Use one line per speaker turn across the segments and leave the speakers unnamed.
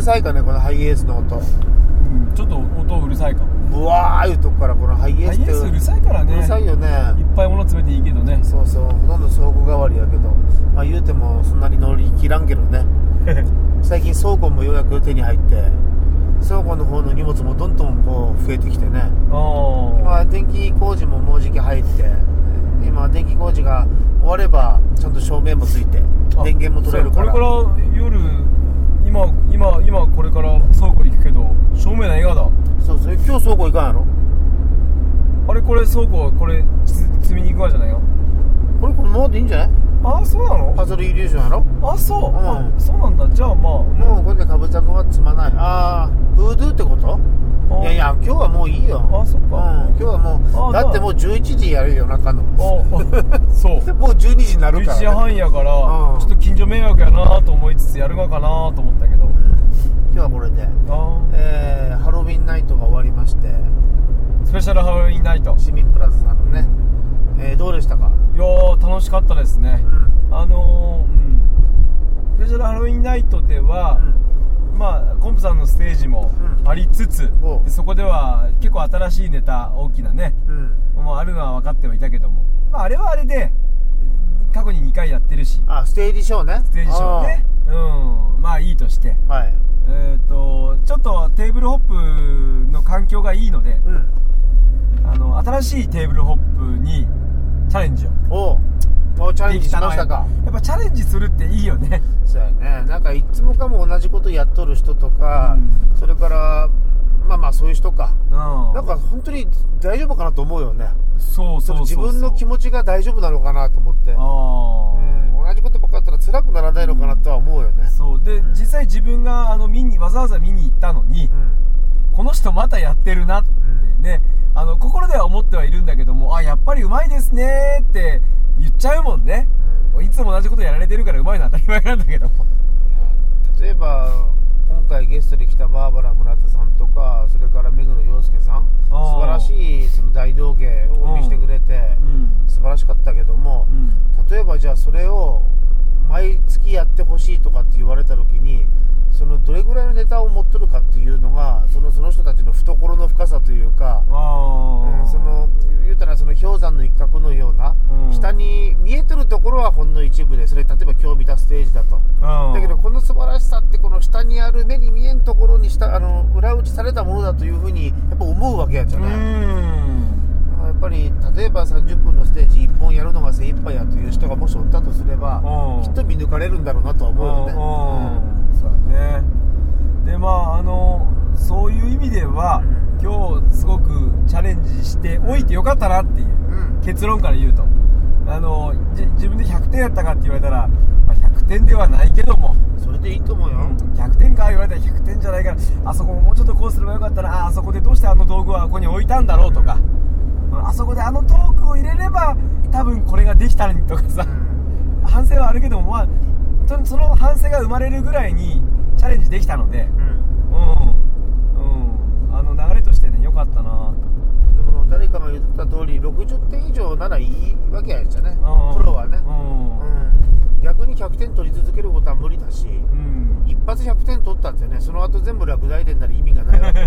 さいかねこのハイエースの音
うん、ちょっと音うるさいかも
ブワーいうとこからこのハイエー
ハ
スっ
イエ
て
ースうるさいからね
うるさいよね
いっぱい物詰めていいけどね
そうそうほとんど倉庫代わりやけどまあ言うてもそんなに乗り切らんけど ね最近倉庫もようやく手に入って倉庫の方の荷物もどんどんこう増えてきてね
ああ
まあ電気工事ももうじき入って今電気工事が終わればちゃんと照明もついて
あ
電源も取れるから
そうこれから夜今今今これから倉庫行くけど正面の映画だ
そうそう今日倉庫行かんやろ
あれこれ倉庫これつ積みに行くわじゃないよ
これこのままでいいんじゃない
ああそうな
パ
の
ズルイリュージョンやろ
あそう、
うん
あそうなんだじゃあまあ
もうこれでかぶちゃくは積まないああブードゥーってこと
あ
いやいや今日はもういいよ
あそっか
うん、今日はもう
あ
だってもう11時やるよ夜中の
ああそう
もう12時になるか
11
ら、
時半やから、
うん
ちょっと近所迷惑やなと思いつつやるがかなと思ったけど
今日はこれで、
あ
えーハロウィンナイトが終わりまして
ースペシャルハロウィンナイト
市民プラザさんのね、えーどうでしたか
いやー楽しかったですね
う、ん
あのーうんスペシャルハロウィンナイトでは、まあ、コンプさんのステージも
うん
ありつつ、
おう
でそこでは結構新しいネタ大きなね
うんうん
もうあるのは分かってはいたけども、まあ、あれはあれで過去に2回やってるし
あステージショーね
ステージショーねうんまあいいとして
あーはい
えっ、とちょっとテーブルホップの環境がいいので
うん
あの新しいテーブルホップにチャレンジを
おうもうチャレンジしましたか
やっぱチャレンジするっていいよね
そうやねなんかいつもかも同じことやっとる人とか、
う
それからまあまあそういう人か
うん
なんか本当に大丈夫かなと思うよね
そう
そ
そ
の
うそう
自
そう
分の気持ちが大丈夫なのかなと思って、
あ
う
あ、
ん、同じことばっかりだったら辛くならないのかなとは思うよね
そうで、実際自分があの見にわざわざ見に行ったのに、
うん
この人またやってるなってね、あの心では思ってはいるんだけどもあやっぱりうまいですねーって言っちゃうもんね、いつも同じことやられてるからうまいのは当たり前なんだけども
いや例えば今回ゲストで来たバーバラ村田さんとかそれから目黒陽介さん
あー
素晴らしいその大道芸を見せてくれて、
うん
素晴らしかったけども、
うん
例えばじゃあそれを毎月やってほしいとかって言われた時にそのどれぐらいのネタを持っとるかっていうのがそのその人たちの懐の深さというか、
ああ、
うんその言うたらその氷山の一角のような、
うん
下に見えてるところはほんの一部でそれ例えば今日見たステージだと、
うん
だけどこの素晴らしさってこの下にある目に見えんところにしたあの裏打ちされたものだというふうにやっぱ思うわけやじゃ
う
ない、
ん
やっぱり例えば30分のステージ1本やるのが精一杯やという人がもしおったとすれば
うん
きっと見抜かれるんだろうなとは
うん
思うよね
うんそうだねでまああのそういう意味では、
うん
今日すごくチャレンジしておいてよかったなっていう
うん
結論から言うとあのじ自分で100点やったかって言われたら、まあ、100点ではないけども
それでいいと思うよ、
100点か言われたら100点じゃないからあそこももうちょっとこうすればよかったなああそこでどうしてあの道具はここに置いたんだろうとかあそこであのトークを入れれば多分これができたのにとかさ反省はあるけども、まあそ、その反省が生まれるぐらいにチャレンジできたので
うんうん
うん、うん、あの流れとしてね良かったな
でも誰かが言ってた通り60点以上ならいいわけやじゃね、
うん
プロはね、
う
うん逆に100点取り続けることは無理だし
ん、うん、
一発100点取ったってねその後全部落第点なら意味がない わけ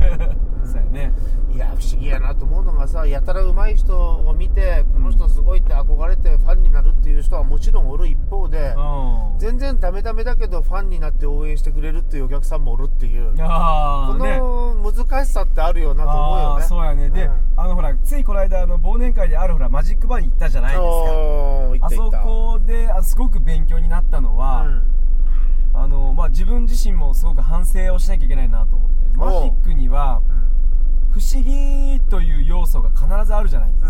そうやね
いや不思議やなと思うのがさやたら上手い人を見てこの人すごいって憧れてファンになるっていう人はもちろんおる一方で
うん
全然ダメダメだけどファンになって応援してくれるっていうお客さんもおるっていうこ
ああね
の難しさってあるよなと思う
あ
よ
あ
ね
ーそうやねで、
うん
あのほらついこの間あの忘年会であるほらマジックバーに行ったじゃないですか
おー行
あ
った行
そ
った
こであすごく勉強になったのは、
う
あのまあ、自分自身もすごく反省をしなきゃいけないなと思ってマジックには不思議という要素が必ずあるじゃないです
んう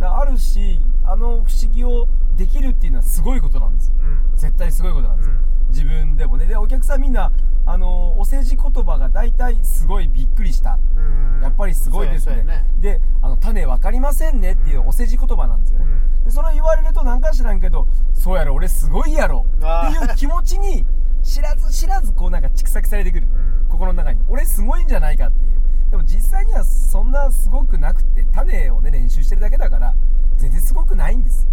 か,、
ん
あるしあの不思議をできるっていうのはすごいことなんですよ
うん
絶対すごいことなんですよ、自分でもねでお客さんみんなあのお世辞言葉が大体すごいびっくりした
うんうん
やっぱりすごいです
そう
ね
やそうや
であの種分かりませんねっていうお世辞言葉なんですよね、
うん
でそれ言われると何か知らんけどそうやろ俺すごいやろ
あ
って
ー
いう気持ちに知らず知らずこうなんか蓄積されてくる、
うん
心の中に俺すごいんじゃないかっていうでも実際にはそんなすごくなくて種をね練習してるだけだから全然すごくないんですよ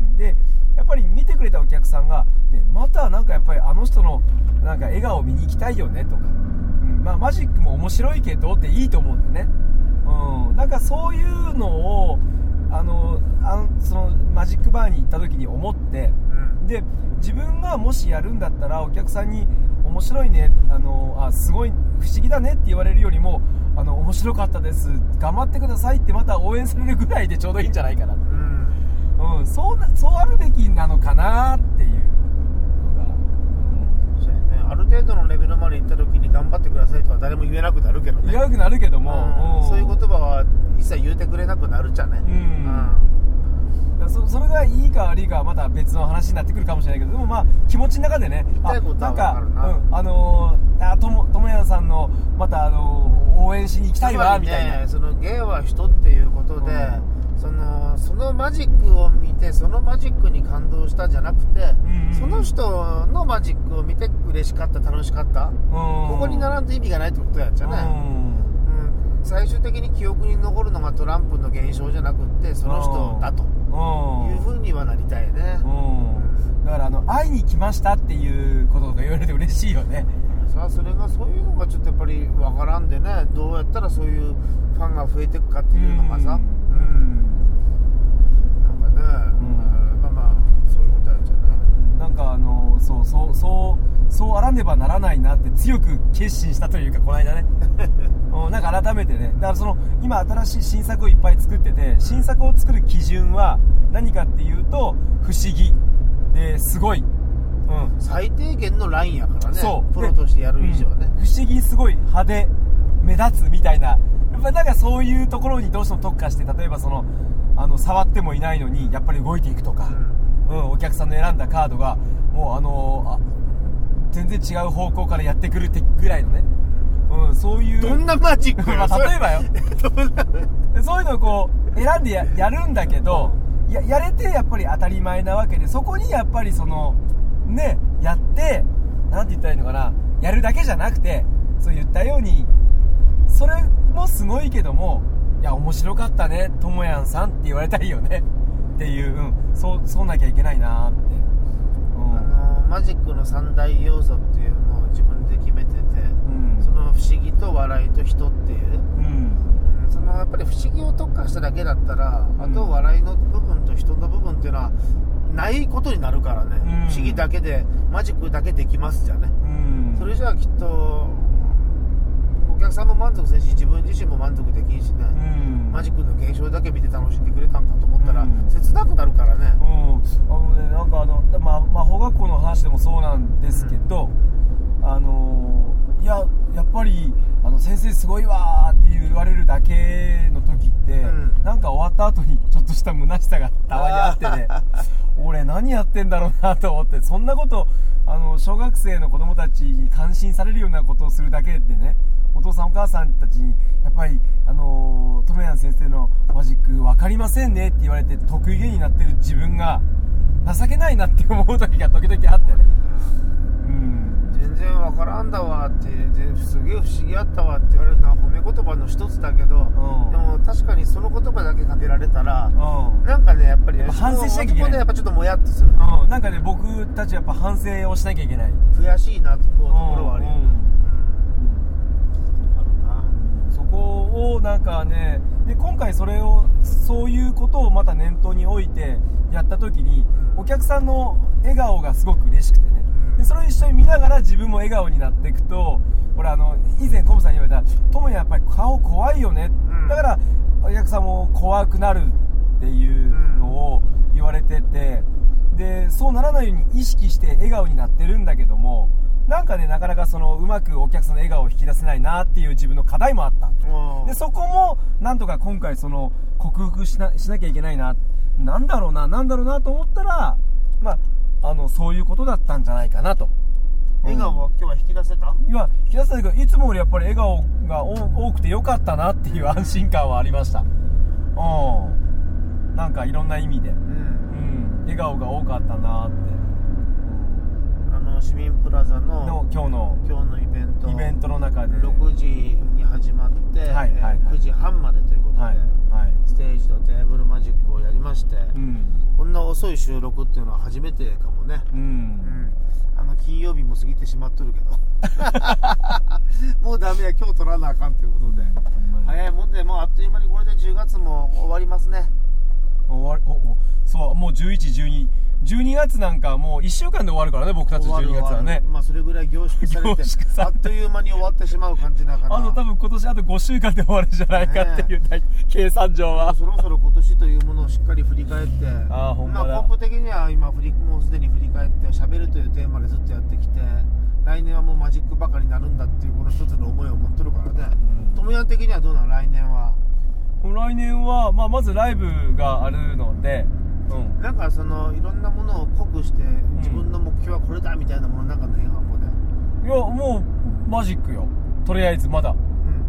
うんでやっぱり見てくれたお客さんが、ね、またなんかやっぱりあの人のなんか笑顔を見に行きたいよねとか、うんまあ、マジックも面白いけどっていいと思うんだよね、うん、なんかそういうのをあのあのそのマジックバーに行った時に思って
うん
で自分がもしやるんだったらお客さんに面白いねあのあすごい不思議だねって言われるよりもあの面白かったです頑張ってくださいってまた応援されるぐらいでちょうどいいんじゃないかな
うんうん
うん、そうなそうあるべきなのかなっていうのが、
そうやねある程度のレベルまで行った時に頑張ってくださいとは誰も言えなくなるけど
うん、
ね
嫌くなるけど
うん
も、ん
そういう言葉は一切言うてくれなくなるじゃね
うんだからそそれがいいか悪いかはまた別の話になってくるかもしれないけどでもまあ気持ちの中でね
言いたいことは
あなんか
わかるな
うん、あのーあともともやさんのまたあのー応援しに行きたいわ、
つまり
みたいな
ねその芸は人っていうことで、
う
そのそのマジックを見てそのマジックに感動したじゃなくて、
んうん
その人のマジックを見て嬉しかった楽しかった、こ
こ
こに並んで意味がないってことやっちゃね、うん最終的に記憶に残るのがトランプの現象じゃなくってその人だと
うん
いうふうにはなりたいね、
うんだからあの会いに来ましたっていうこととか言われて嬉しいよね
さあそれがそういうのがちょっとやっぱりわからんでねどうやったらそういうファンが増えていくかっていうのがさ、
うん
うんなんかね、
ん
うんまあまあそういうことやんじゃない
なんかあのそうそうそうそうあらねばならないなって強く決心したというかこの間 ね、うん、なんか改めてねだからその今新しい新作をいっぱい作ってて新作を作る基準は何かっていうと不思議ですごい、うん
最低限のラインやからね
そう
プロとしてやる以上ね、
うん不思議すごい派手目立つみたいなやっぱなんかそういうところにどうしても特化して例えばそのあの触ってもいないのにやっぱり動いていくとか、うん、お客さんの選んだカードがもうあのーあ全然違う方向からやってくるってぐらいのね、うん、そういう
どんなマジック
ま
よ
あ
それ
例えばよ
どんな
でそういうのをこう選んでややるんだけどややれてやっぱり当たり前なわけでそこにやっぱりそのねやってなんて言ったらいいのかなやるだけじゃなくてそう言ったようにそれもすごいけどもいや面白かったねともやんさんって言われたいよねっていう、うん、そうそうなきゃいけないなって、うん
あのマジックの三大要素っていうのを自分で決めてて
うん
その不思議と笑いと人っていう
うん
そのやっぱり不思議を特化しただけだったら、
ん
あと笑いの部分と人の部分っていうのはないことになるからね、
うん
不思議だけでマジックだけできますじゃね、
うん
それじゃあきっとお客さんも満足せんし自分自身も満足できんしね、
うん
マジックの現象だけ見て楽しんでくれたんかと思ったら、
うん
切なくなるからね、
うん、あのね、なんかあの、ま、魔法学校の話でもそうなんですけど、あのーいや、やっぱり、あの、先生すごいわーって言われるだけの時って、
うん
なんか終わった後にちょっとした虚しさがたまにあって ね、俺何やってんだろうなと思って、そんなこと、あの、小学生の子供たちに感心されるようなことをするだけでね、お父さんお母さんたちに、やっぱり、あのー、トメヤン先生のマジック分かりませんねって言われて得意げになってる自分が、情けないなって思う時が時々あってね。うん。
全然わからんだわってですげえ不思議やったわって言われるのは褒め言葉の一つだけど、でも確かにその言葉だけかけられたら、
うん。
なんかねやっぱりね
やっぱ反省しなきゃいけない
そこでやっぱちょっともやっとする
うん、なんかね、僕たちやっぱ反省をしなきゃいけない。
悔しいなと思うところはあるよ、
うん
ねうんあるな
そこをなんかねで今回それをそういうことをまた念頭に置いてやった時にお客さんの笑顔がすごく嬉しくてね
うん
でそれを一緒に見ながら自分も笑顔になっていくとこれあの以前コブさんに言われた「トムやっぱり顔怖いよね」
うん
だからお客さんも怖くなるっていうのを言われててでそうならないように意識して笑顔になってるんだけどもなんかねなかなかそのうまくお客さんの笑顔を引き出せないなっていう自分の課題もあった
うん
でそこもなんとか今回その克服しなしなきゃいけないななんだろうななんだろうなと思ったらまああのそういうことだったんじゃないかなと
笑顔は今日は引き出せた、
今引き出せたけどいつもよりやっぱり笑顔が多多くてよかったなっていう安心感はありましたうんなんかいろんな意味でうん笑顔が多かったなって、うん
あの市民プラザ
の
の
今日の
今日のイベント
イベントの中で
6時に始まって、
はいはいはい
えー時半までということで、
はいはい
ステージとテーブルマジックをやりまして、
うん
こんな遅い収録っていうのは初めてかもね、
う
うんん、あの金曜日も過ぎてしまっとるけ どもうダメや今日取らなあかんということで
い
早いもんでもうあっという間にこれで10月も終わりますね
終わりおおそうもう111212月なんかもう1週間で終わるからね僕たち
終わる
12月は
終わ
ね
るまあそれぐらい凝縮されて
凝縮されて
あっという間に終わってしまう感じだから
あの多分今年あと5週間で終わるんじゃないかっていう、計算上は
そろそろ今年というものをしっかり振り返って
あーほんまだ
まあ、ポップ的には今振りもうすでに振り返って喋るというテーマでずっとやってきて来年はもうマジックばかりになるんだっていうこの一つの思いを持ってるからね
うん
ともやん的にはどうなの来年は
来年は、まあ、まずライブがあるので、うん、
なんかそのいろんなものを濃くして自分の目標はこれだみたいなものなんかないはもうね
いやもうマジックよとりあえずまだ、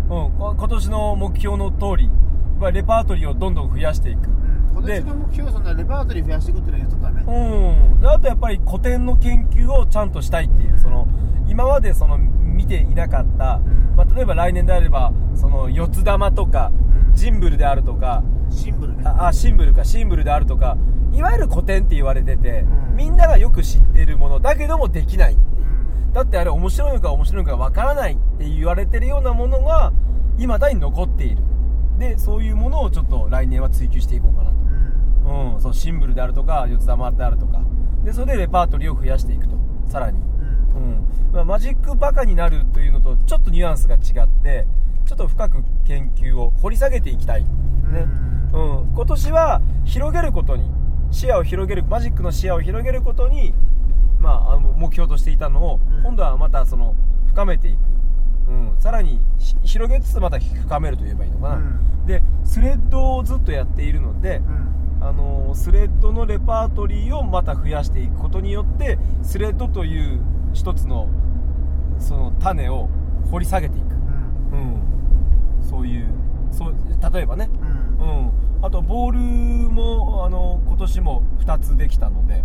うん
うん、こ今年の目標の通りやっぱりレパートリーをどんどん増やしていく
うん今
で
年の目標はそんなレパートリー増やしていくっていうのは言っとったね
うんであとやっぱり古典の研究をちゃんとしたいっていうその今までその見ていなかった、
ん
まあ、例えば来年であればその四つ玉とか、
うん
ジンブルであるとか
シンブルね
ああシンブルかシンブルであるとかいわゆる古典って言われてて、
うん
みんながよく知ってるものだけどもできないって
う
いうんだってあれ面白いのか面白いのかわからないって言われてるようなものが未だに残っているでそういうものをちょっと来年は追求していこうかな
うん
と、うん、そうシンブルであるとか四つ玉であるとかでそれでレパートリーを増やしていくとさらに、
うん
うんまあ、マジックバカになるというのとちょっとニュアンスが違ってちょっと深く研究を掘り下げていきたい、ねうん、今年は広げることに視野を広げるマジックの視野を広げることに、まあ、あの目標としていたのを、
うん
今度はまたその深めていく、うん、さらにひ広げつつまた深めると言えばいいのかな、
うん
でスレッドをずっとやっているので、
うん
あのスレッドのレパートリーをまた増やしていくことによってスレッドという一つのその種を掘り下げていく、
うん
うん、そういうそう例えばね、
うん
うん、あとボールもあの今年も2つできたので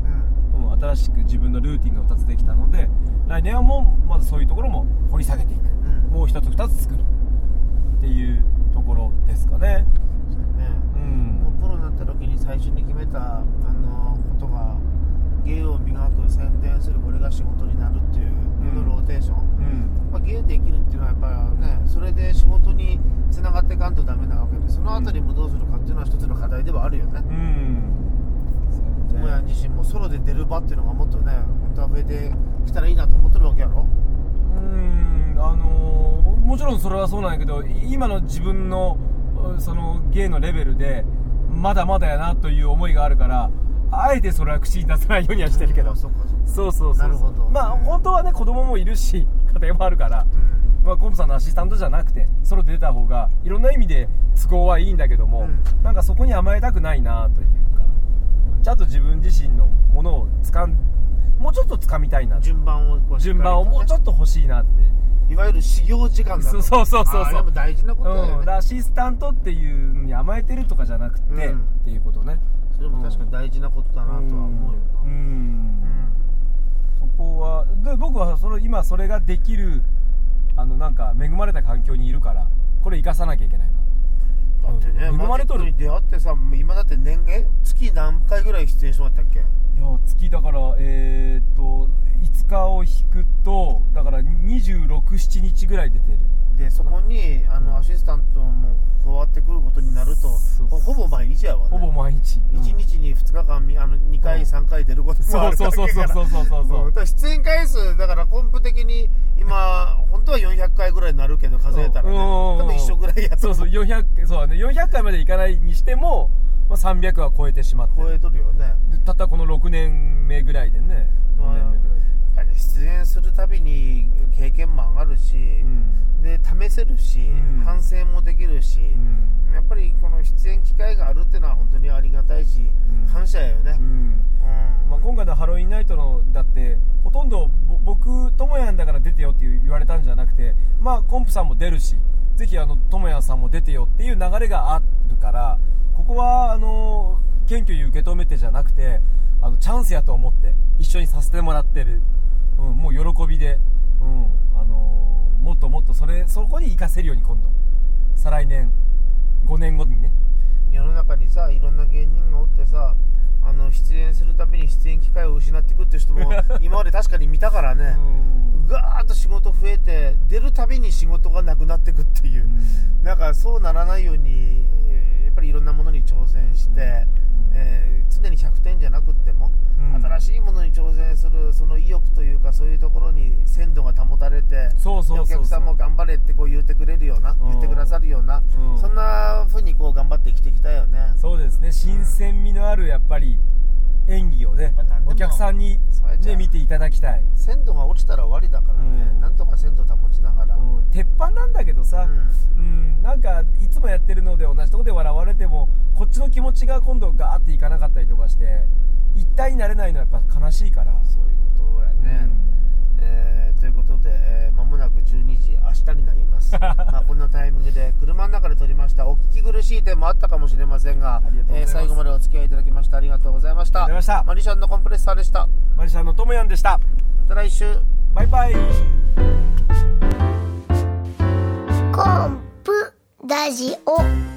う、ん
うん、新しく自分のルーティンが2つできたので来年はもうまずそういうところも掘り下げていく
うん
もう1つ2つ作るっていうところですかね
そうやね
うん
もうプロになった時に最初に決めたあのことが芸を磨く宣伝するこれが仕事になるっていうこのローテーション、
うん
まあ、芸できるっていうのはやっぱりねそれで仕事につながっていかんとダメなわけでそのあたりもどうするかっていうのは一つの課題ではあるよね
うんそう
智
や
也、
ね
自身もソロで出る場っていうのがもっとね本当は増えてきたらいいなと思ってるわけやろ
うんあのーもちろんそれはそうなんやけど今の自分のうんその芸のレベルでまだまだやなという思いがあるからあえてそれは口に出さないようにはしてるけど、
うんそうかそうか
そうそうそうそ
な
う
るほど
まあ、
うん
本当はね子供もいるし家庭もあるから、
うん
まあ、コンプさんのアシスタントじゃなくてソロで出た方がいろんな意味で都合はいいんだけども、
う
なんかそこに甘えたくないなというかちゃんと自分自身のものをつかんもうちょっと掴みたいな
順番をこうしっかりとね
順番をもうちょっと欲しいなって、
いわゆる修行時間だ
そうそうそうそう
あれも大事なことだよね、
うん、アシスタントっていうのに甘えてるとかじゃなくて、
うん
っていうことね
それも確かに大事なことだなとは思うよな
うん、
うん
そこはで僕はそれ今それができるあのなんか恵まれた環境にいるからこれ生かさなきゃいけないな
だってね、
うん恵まれとる
マジックに出会ってさ今だって年え月何回ぐらい出演してもらったっけ
いや月だからえー、っと5日を引くとだから267日ぐらい出てる
でそこにあのアシスタントも加わってくることになると
そう
ほほぼ毎日やわ、ね、
ほぼ毎日、
1日に2日間みあの2
うん
回3回出ることも
そ
あ
う
る
そうそうそうそうそうそ
そ
う
うだから出演回数だからコンプ的に今本当は400回ぐらいになるけど数えたらね
うんうんうん
多分一緒ぐらいやと
そうそう400そうだね400回までいかないにしても、まあ、300は超えてしまって
超
る
えとるよね
でたったこの6年目ぐらいでね
うん
5年目ぐらいで
やっぱり出演するたびに経験も上がるし、
うん
で試せるし、
うん
反省もできるし、
うん
やっぱりこの出演機会があるっていうのは本当にありがたいし、
うん
感謝やよね
う、ん
うん
まあ、今回のハロウィンナイトのだってほとんどぼ僕ともやんだから出てよって言われたんじゃなくてまあコンプさんも出るしぜひあのともやんさんも出てよっていう流れがあるからここはあの謙虚に受け止めてじゃなくてあのチャンスやと思って一緒にさせてもらってる、うん、もう喜びで、うんあのもっともっとそれそこに活かせるように今度再来年5年後にね
世の中にさいろんな芸人がおってさあの出演するたびに出演機会を失っていくって人 も今まで確かに見たからねガーッと仕事増えて出るたびに仕事がなくなっていくっていう、なんかそうならないように、えーやっぱりいろんなものに挑戦して、えー常に100点じゃなくっても、
うん
新しいものに挑戦するその意欲というかそういうところに鮮度が保たれて
そうそうそうそう
でお客さんも頑張れってこう言ってくれるような、
ん
言ってくださるような、
うん
そんな風にこう頑張って生きてきたよね
そうですね新鮮味のあるやっぱり演技をね
まあ何でも
お客さんに
そうやっちゃ
ね
う
見ていただきたい、
鮮度が落ちたら終わりだからね、
うん
なんとか鮮度保ちながら、
うん鉄板なんだけどさ、うんなんかいつもやってるので同じとこで笑われてもこっちの気持ちが今度ガーっていかなかったりとかして一体になれないのはやっぱ悲しいから
そういうことやね、えーということで、えー間もなく12時明日になります まあこんなタイミングで車の中で撮りましたお聞き苦しい点もあったかもしれませんが
ありがとうござい
え
ま
ー
す
最後までお付き合いいただきましてありがとうございました
ありがとうございました
マリシャンのコンプレッサーでした
マジシャンのともやんでした
また来週
バイバイ
コンプラジオ